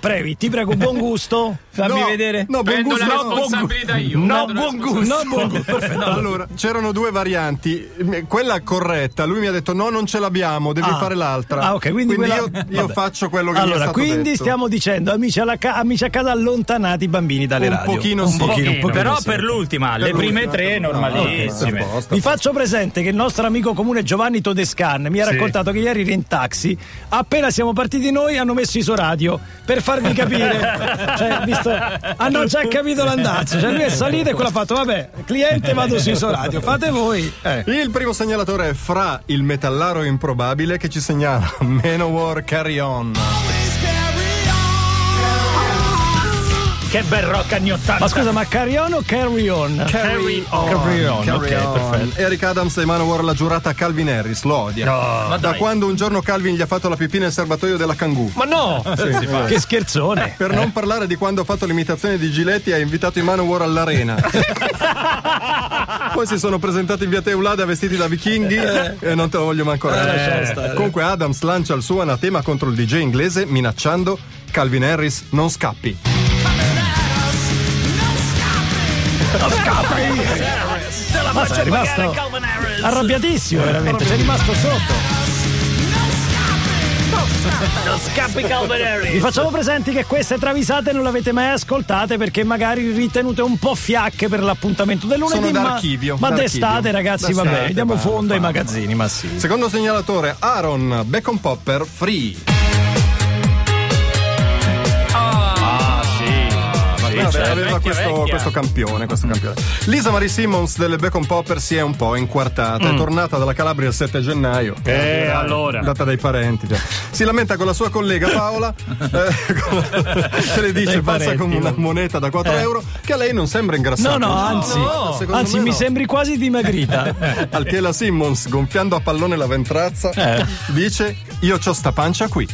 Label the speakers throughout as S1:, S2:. S1: Previ, ti prego, buon gusto.
S2: Fammi
S3: No,
S2: vedere.
S3: No, buon
S4: Prendo
S3: gusto.
S4: la
S3: no, buon gusto.
S4: responsabilità io.
S1: No,
S4: Prendo la
S1: buon gusto. No, buon gusto. Perfetto.
S3: Allora, c'erano due varianti, m- quella corretta, lui mi ha detto no, non ce l'abbiamo, devi
S1: Ah.
S3: fare l'altra.
S1: Ah, ok, quindi,
S3: io,
S1: quella-
S3: io
S1: vabbè.
S3: faccio quello che mi è
S1: Allora,
S3: stato
S1: quindi
S3: detto.
S1: stiamo dicendo, amici, alla ca- amici a casa, allontanate i bambini dalle
S3: Un
S1: radio.
S3: pochino sì.
S1: un pochino
S2: però
S1: sì.
S2: per l'ultima, le
S3: Per lui,
S2: prime
S3: no,
S2: tre
S3: no,
S2: normalissime.
S3: ok, apposta.
S1: Vi faccio presente che il nostro amico comune Giovanni Todescan mi ha
S2: Sì.
S1: raccontato che ieri era in taxi, appena siamo partiti noi hanno messo Isoradio per farvi capire. cioè, visto, hanno già capito l'andazzo. Cioè, lui è salito e quello ha fatto, vabbè, cliente vado su Isoradio, fate voi. Eh.
S3: Il primo segnalatore è Fra, il metallaro improbabile, che ci segnala Manowar Carry On.
S1: Eh,
S2: Che bel rock anni 80.
S1: Ma scusa, ma carry on o carry on?
S3: Carry On. Carry on. Eric Adams e Manowar la giurata Calvin Harris, lo odia.
S2: Ma
S3: Da
S2: dai.
S3: quando un giorno Calvin gli ha fatto la pipì nel serbatoio della Kangoo.
S1: Ma no! Che scherzone!
S3: Per non parlare di quando ha fatto l'imitazione di Giletti ha invitato i Manowar all'arena. Poi si sono presentati in via Teulada vestiti da vichinghi eh, e non te lo voglio manco raccontare. Comunque Adams lancia il suo anatema contro il DJ inglese minacciando Calvin Harris non scappi.
S1: Ma è rimasto arrabbiatissimo, veramente. C'è rimasto sotto. Vi facciamo presenti che queste travisate non le avete mai ascoltate perché magari ritenute un po' fiacche per l'appuntamento del lunedì.
S3: Sono
S1: ma-
S3: d'archivio,
S1: Ma
S3: d'archivio.
S1: d'estate, ragazzi, va
S3: D'estate,
S1: bene. Diamo
S3: va,
S1: fondo ai
S3: va,
S1: magazzini, ma sì.
S3: Secondo segnalatore Aaron Bacon Popper Free. Vabbè, aveva questo, questo campione, questo campione. Lisa Marie Simmons delle Bacon Popper si è un po' inquartata. È tornata dalla Calabria il 7 gennaio.
S4: Eh, allora.
S3: Data dai parenti. cioè. Si lamenta con la sua collega Paola, eh, con- che le dice passa
S1: parenti,
S3: con una moneta da 4 euro, che a lei non
S1: No,
S3: sembra ingrassata.
S1: no, anzi,
S3: secondo
S1: anzi
S3: me
S1: mi
S3: no.
S1: sembri quasi dimagrita.
S3: Al che la Simmons, gonfiando a pallone la ventrazza,
S1: Eh.
S3: dice: Io c'ho sta pancia qui.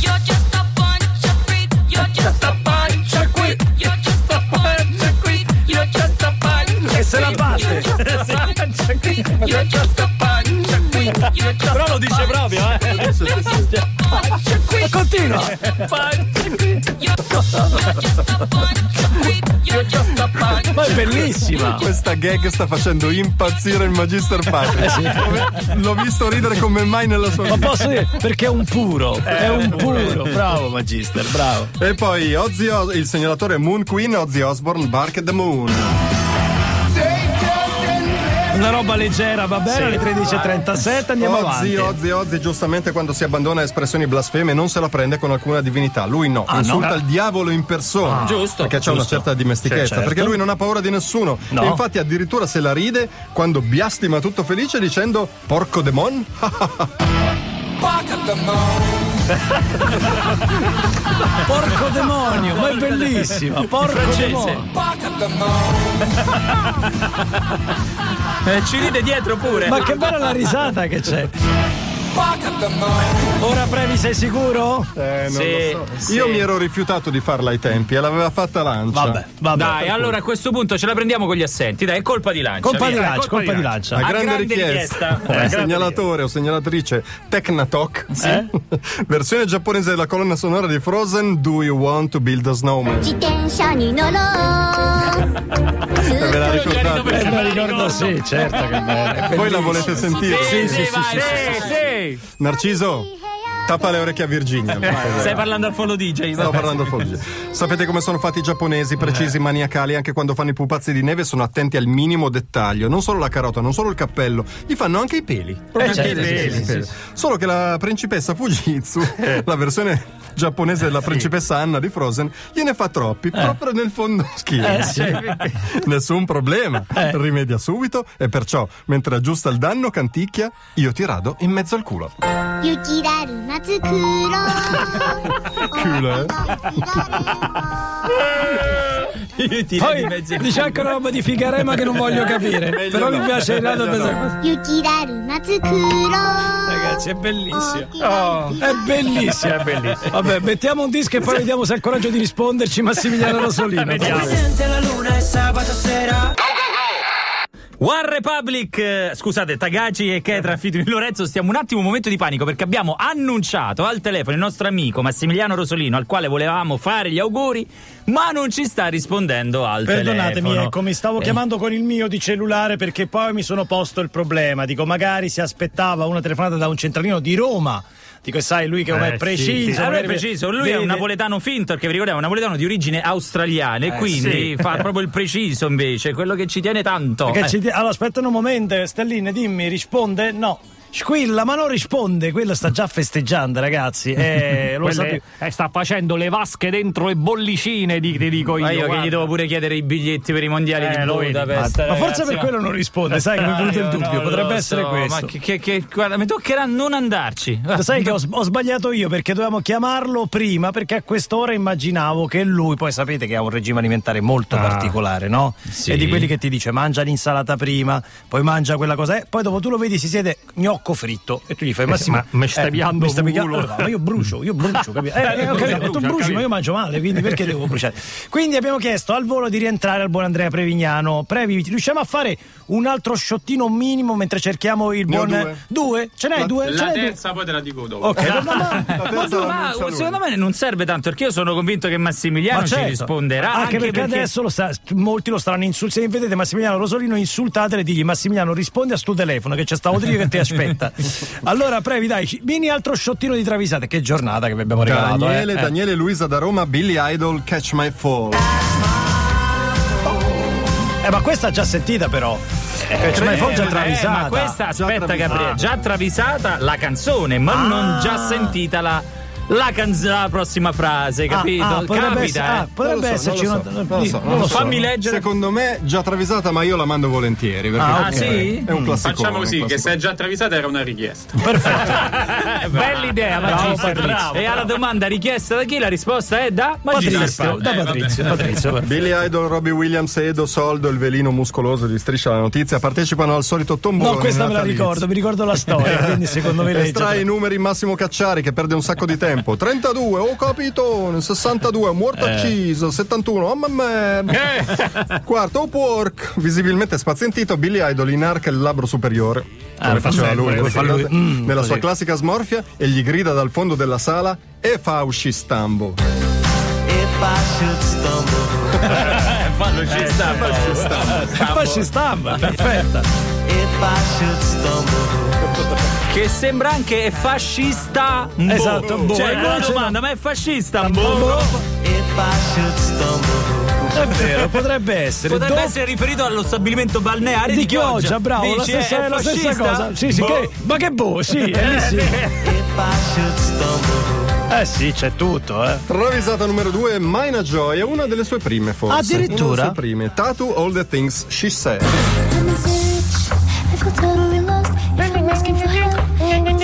S5: You're just a bunch of freaks. You're just a bunch of freaks. You're just a bunch of freaks. You're just a bunch of freaks.
S1: se la batte.
S5: You're just a bunch of freaks. You're just a bunch of freaks. You're just
S4: Però
S5: a
S4: lo dice proprio, eh.
S5: bunch of freaks.
S1: Continua.
S5: You're just a bunch of freaks. You're just a bunch
S1: Ma è bellissima.
S3: Questa gag sta facendo impazzire il Magister
S1: Eh,
S3: Patrick. L'ho visto ridere come mai nella sua
S1: Ma
S3: vita.
S1: posso dire perché è un puro, è
S3: Eh,
S1: un puro. Bravo Magister, bravo.
S3: E poi Ozzy Os- il segnalatore Moon Queen, Ozzy Osbourne, Bark at the Moon.
S1: Una roba leggera, va bene, alle 13.37 andiamo avanti.
S3: Ozzy, Ozzy, Ozzy, giustamente quando si abbandona a espressioni blasfeme non se la prende con alcuna divinità. Lui no, insulta il diavolo in persona.
S4: Giusto.
S3: Perché c'è una certa dimestichezza,
S1: Sì, certo.
S3: perché lui non ha paura di nessuno.
S1: No.
S3: E infatti addirittura se la ride quando biastima tutto felice dicendo porco demon.
S1: Porco demonio, ma è bellissima, porco demonio.
S2: Eh, ci ride dietro pure.
S1: Ma che bella la risata che c'è. Ora Previ sei sicuro?
S3: Eh, non
S2: Sì,
S3: lo so.
S2: sì.
S3: Io mi ero rifiutato di farla ai tempi e l'aveva fatta Lancia.
S1: Vabbè, vabbè.
S2: Dai, allora a questo punto ce la prendiamo con gli assenti. Dai, è colpa di lancia.
S1: Colpa di
S2: via.
S1: lancia, colpa di
S3: A
S1: lancia.
S2: A
S3: grande,
S2: grande
S3: richiesta,
S2: richiesta.
S3: Eh,
S2: Eh,
S3: segnalatore o segnalatrice Technatok,
S1: Eh?
S3: versione giapponese della colonna sonora di Frozen Do You Want to Build a Snowman?
S6: 自転車に乗ろう
S3: Eh, Ve la
S4: dove
S3: ricordate?
S1: Eh, me la ricordo, sì, certo che bello.
S3: Voi la volete sentire?
S2: Sì, sì, sì,
S4: vai,
S2: sì,
S4: sì,
S2: sì.
S3: Narciso, tappa le orecchie a Virginia. Vai,
S2: Stai
S3: vai.
S2: parlando al follow DJ.
S3: Stavo
S2: vabbè.
S3: parlando folgia. Sapete come sono fatti i giapponesi,
S2: Eh.
S3: precisi, maniacali, anche quando fanno i pupazzi di neve sono attenti al minimo dettaglio. Non solo la carota, non solo il cappello, gli fanno anche i peli. Proprio anche
S2: certo,
S3: i
S2: sì, sì, Eh.
S3: peli. Solo che la principessa Fujitsu, la versione giapponese della principessa Anna di Frozen, gliene fa
S2: Eh.
S3: troppi, proprio nel fondo schifo.
S1: Eh, sì.
S3: Nessun problema,
S2: Eh.
S3: rimedia subito e perciò, mentre aggiusta il danno, canticchia, io ti rado in mezzo al culo.
S6: 雪だるま作ろう
S3: Culo, eh?
S2: Io ti ridi in
S1: Poi
S2: mezzo.
S1: dice anche una roba di Figarema che non voglio capire. però mi piace il lato pesante.
S6: 雪だるま作ろう
S1: Ragazzi, è bellissima.
S6: 雪だるま
S1: È bellissima, è bellissima. Vabbè, mettiamo un disco e poi vediamo se ha il coraggio di risponderci Massimiliano Rosolino.
S4: Vediamo.
S2: One Republic, eh, scusate, Tagaci e
S1: Eh.
S2: Ketra, Fito di Lorenzo, stiamo un attimo in un momento di panico perché abbiamo annunciato al telefono il nostro amico Massimiliano Rosolino, al quale volevamo fare gli auguri, ma non ci sta rispondendo al telefono.
S1: Perdonatemi, ecco, mi stavo
S2: Eh,
S1: chiamando con il mio di cellulare perché poi mi sono posto il problema. Dico, magari si aspettava una telefonata da un centralino di Roma. Dico, e sai, lui che ormai è
S4: Eh, sì,
S1: preciso.
S4: sì.
S2: Allora è
S1: magari-
S2: preciso, Ah, lui è
S1: vede-
S2: un napoletano finto perché vi ricordiamo è un napoletano di origine australiana
S1: Eh,
S2: e quindi
S4: sì.
S2: fa proprio il preciso invece, quello che ci tiene tanto.
S1: Perché
S2: Eh,
S1: ci di- Allora, aspetta un momento, Stelline, dimmi, risponde? No. Squilla, ma non risponde, quello sta già festeggiando, ragazzi. Eh, lo
S4: Quelle-
S1: sapevo.
S4: eh, sta facendo le vasche dentro le bollicine, di- ti dico io.
S2: Ma Eh, io che
S4: guarda.
S2: gli devo pure chiedere i biglietti per i mondiali
S4: Eh,
S2: di
S4: lo vedi.
S2: Budapest.
S1: Ma forse
S2: ragazzi,
S1: per
S2: ma-
S1: quello non risponde, sai che mi è venuto il
S2: Ah, io
S1: dubbio,
S2: non
S1: potrebbe
S2: lo
S1: essere
S2: so,
S1: questo.
S2: Ma che, che- che- guarda, mi toccherà non andarci.
S4: Ah,
S1: Lo sai che ho, s- ho sbagliato io perché dovevamo chiamarlo prima perché a quest'ora immaginavo che lui, poi sapete che ha un regime alimentare molto
S4: Ah.
S1: particolare, no?
S2: Sì.
S1: È di quelli che ti dice mangia l'insalata prima, poi mangia quella cosa, eh, poi dopo tu lo vedi si siede gnocco fritto e tu gli fai Massimo,
S4: Eh,
S1: eh,
S4: ma mi stai piando
S1: mi stai
S4: culo."
S1: picchiando- allora, ma io brucio, io brucio, capito? Eh, eh, ho capito, ma tu
S4: Brucia,
S1: bruci,
S4: capito.
S1: ma io mangio male, quindi perché devo bruciare? Quindi abbiamo chiesto al volo di rientrare al buon Andrea Prevignano. Previ, riusciamo a fare un altro sciottino minimo mentre cerchiamo il
S3: Ne ho
S1: buon
S3: due.
S1: Due? Ce n'hai
S3: La-
S1: due? Ce
S7: La
S1: n'hai due?
S7: terza poi te la dico dopo.
S1: Ok, no, no,
S3: La
S1: no.
S3: terza
S2: Ma,
S3: l'annuncia lui.
S2: secondo me non serve tanto perché io sono convinto che Massimiliano
S1: Ma
S2: ci
S1: certo.
S2: risponderà.
S1: Anche, perché, adesso lo sta- molti lo staranno insultando. Se vedete Massimiliano Rosolino, insultatele e digli Massimiliano rispondi a sto telefono che c'è stavo dire che ti aspetta. allora, previ, dai, ci- vieni altro sciottino di travisate. Che giornata che vi abbiamo regalato.
S3: Daniele,
S1: eh. Eh.
S3: Daniele Luisa da Roma, Billy Idol, Catch My Fall.
S1: Eh, ma questa già sentita però. Eh, cioè, ma è
S2: Eh,
S1: già
S2: eh,
S1: travisata.
S2: ma questa, aspetta,
S3: travisata.
S2: Gabriele, già travisata la canzone, ma
S1: Ah.
S2: non già sentita la, la, canz- la prossima frase,
S1: Ah,
S2: capito?
S1: ah, potrebbe
S2: Capita,
S1: essere-
S2: eh.
S1: ah, potrebbe
S3: Non lo so,
S1: esserci
S3: non lo
S1: una.
S3: so, non lo so, non lo so.
S2: Fammi leggere.
S3: Secondo me già travisata, ma io la mando volentieri. Perché
S1: Ah,
S2: ok. sì?
S3: È un classico.
S7: Facciamo così, che se è già travisata era una richiesta.
S2: eh?
S1: ah.
S4: Bella idea,
S2: Bravo,
S4: Magistro.
S2: Patrizio.
S4: bravo.
S2: E alla domanda richiesta da chi la risposta è da Magistro.
S1: Patrizio, da
S7: Eh, vabbè.
S1: Patrizio, Patrizio, perfetto.
S3: Billy Idol, Robbie Williams, Edo Soldo, il velino muscoloso di Striscia la Notizia partecipano al solito tombolone
S1: No, questa me la
S3: natalizio.
S1: ricordo, mi ricordo la storia, quindi secondo me lei.
S3: Estrae i numeri Massimo Cacciari che perde un sacco di tempo. 32, oh capitone, 62, muerto
S1: Eh.
S3: acciso, 71, oh mamma mia. Quarto, oh pork. Visibilmente spazientito, Billy Idol inarca il labbro superiore. Come faceva lui,
S1: sempre,
S3: questa
S1: Ah, fa lui. Mm,
S3: cosa, nella sua classica smorfia e gli grida dal fondo della sala e fa usci stambo.
S2: Fallo, ci
S1: Eh,
S2: sta, fallo, ci sta.
S1: Poi ci stampa, perfetta.
S2: Che sembra anche fascista. Mbo.
S1: Esatto, mbo.
S2: Cioè,
S1: Eh, boh,
S2: la
S1: c'è-
S2: domanda, ma è fascista? Mbo.
S1: È vero, potrebbe essere.
S2: Potrebbe
S1: Dopo-
S2: essere riferito allo stabilimento balneare di,
S1: di Chioggia, bravo, la
S2: Dice,
S1: stessa,
S2: è
S1: la stessa
S2: fascista?
S1: cosa. Sì, sì,
S2: Boh.
S1: che- ma che boh, sì, eh, lì sì. Eh sì, c'è tutto, eh.
S3: Travisata numero 2, Mina Joy, è una delle sue prime forse.
S1: Addirittura?
S3: Una delle sue prime. Tattoo All the Things She Said.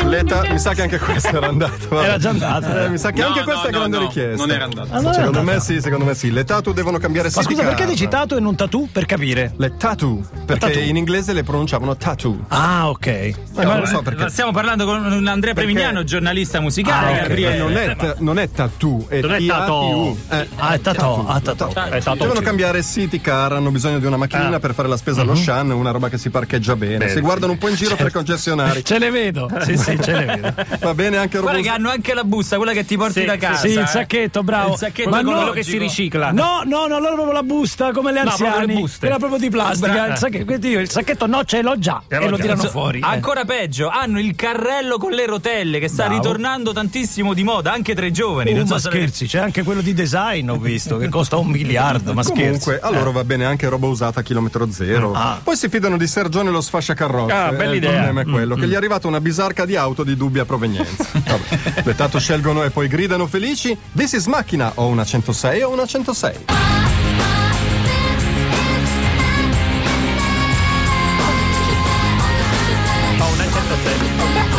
S3: Letta, mi sa che anche questa era andata. vabbè.
S1: Era già andata.
S3: Eh, mi sa che
S7: No,
S3: anche
S7: no,
S3: questa è
S7: no,
S3: grande
S7: no,
S3: richiesta.
S7: non era andata.
S1: Ah, non è
S3: Secondo
S1: andata.
S3: me sì, secondo me sì. Le tattoo devono cambiare
S1: Ma scusa, perché dici
S3: tattoo?
S1: tattoo e non tattoo? Per capire.
S3: Le tattoo, perché
S1: Tattoo.
S3: in inglese le pronunciavano tattoo.
S1: Ah, ok. Eh,
S3: Eh, non lo so perché.
S2: Ma Stiamo parlando con Andrea Prevignano, giornalista musicale.
S3: Perché
S2: Gabriele.
S3: Eh, non,
S1: Eh,
S3: è, ta- non è tattoo, è
S4: Non è
S3: T-A-T-U.
S4: tattoo.
S3: Eh,
S1: Ah, è tattoo, ah, tattoo.
S4: È stato
S3: Devono cambiare city car, hanno bisogno di una
S1: Ah.
S3: macchinina per fare la spesa
S1: Mhm.
S3: allo Shan, una roba che si parcheggia bene. si guardano un po' in giro per i
S1: Certo.
S3: concessionari.
S1: Ce le vedo. Ah, Sì, sì, ce le vedo.
S3: Va bene anche
S2: Guarda che
S3: robusto.
S2: hanno anche la busta, quella che ti porti
S4: Sì,
S2: da
S4: sì,
S2: casa.
S1: Sì,
S2: eh.
S1: il sacchetto, bravo.
S2: Il sacchetto
S1: Ma
S2: ecologico.
S1: no,
S4: quello che si ricicla.
S1: No, no, no, allora proprio la busta, come le
S4: No,
S1: anziani.
S4: proprio le buste.
S1: Era proprio di plastica.
S4: Bra-
S1: Il sacchetto, quindi io il sacchetto no, ce l'ho già. E,
S4: l'ho
S1: lo
S4: già.
S1: tirano
S4: So-
S1: fuori. eh.
S2: Ancora peggio, hanno il carrello con le rotelle che sta
S1: Bravo.
S2: ritornando tantissimo di moda anche tra i giovani.
S1: Oh,
S2: non so
S1: ma
S2: se l'avete-
S1: scherzi, c'è anche quello di design, ho visto, che costa un miliardo, ma scherzi. Eh.
S3: Comunque, allora va bene anche roba usata a chilometro zero.
S1: Ah.
S3: Poi si fidano di Sergione lo sfasciacarrozze.
S4: Ah, bella
S3: Eh,
S4: idea.
S3: Il problema è quello,
S1: Mm.
S3: che gli è arrivata una bisarca di auto di dubbia provenienza. Vabbè. Le tanto scelgono e poi gridano felici: This is macchina, o una 106 o una 106.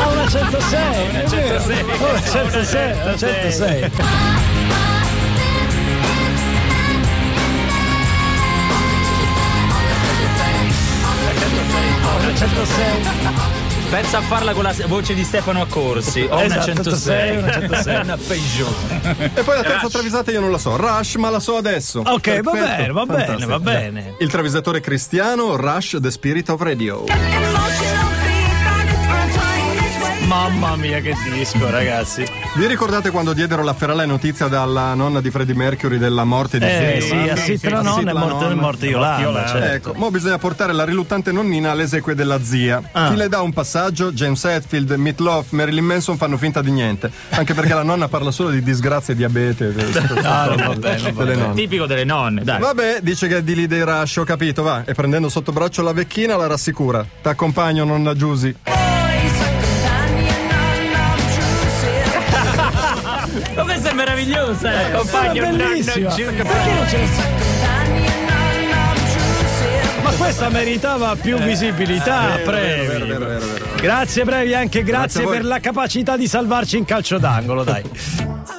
S1: Ah, una 106, una 106, Ah, una 106, una 106.
S2: Pensa a farla con la se- voce di Stefano Accorsi. Ho una
S1: Esatto,
S2: 106, una
S1: 106.
S2: 106, una Peugeot.
S3: E poi la terza travisata io non la so, Rush, ma la so adesso.
S1: Ok, va
S3: Perfetto,
S1: bene, va bene,
S3: fantastico.
S1: va bene.
S3: Il travisatore cristiano, Rush, The Spirit of Radio.
S1: Mamma mia, che disco, ragazzi.
S3: Vi ricordate quando diedero la ferale notizia dalla nonna di Freddie Mercury della morte di
S1: Eh,
S3: Sid
S1: sì,
S3: Yolanda?
S1: a Sit la nonna è
S3: Sid la
S1: morta, è
S3: nonna.
S1: morta Yolanda. cioè.
S3: Ecco, mo bisogna portare la riluttante nonnina alle esequie della zia. Chi le dà un passaggio? James Hetfield, Meat Loaf, Marilyn Manson fanno finta di niente. Anche perché la nonna parla solo di disgrazie e diabete. eh,
S1: Ah, no, vabbè, no,
S3: Delle nonne.
S2: Tipico delle nonne, dai.
S3: Vabbè, dice che è di lì dei Rush, ho capito, va. E prendendo sotto braccio la vecchina la rassicura. T'accompagno, nonna Giusy.
S2: Ma questa è meravigliosa, eh.
S1: Era
S2: compagno.
S1: Ah, bellissima.
S2: Giulio.
S1: Perché non ce ne sa- Ma questa meritava più visibilità, Previ.
S3: Eh. Vero, vero, vero, vero.
S1: Grazie Previ, anche
S3: Grazie
S1: grazie
S3: a voi.
S1: per la capacità di salvarci in calcio d'angolo, dai.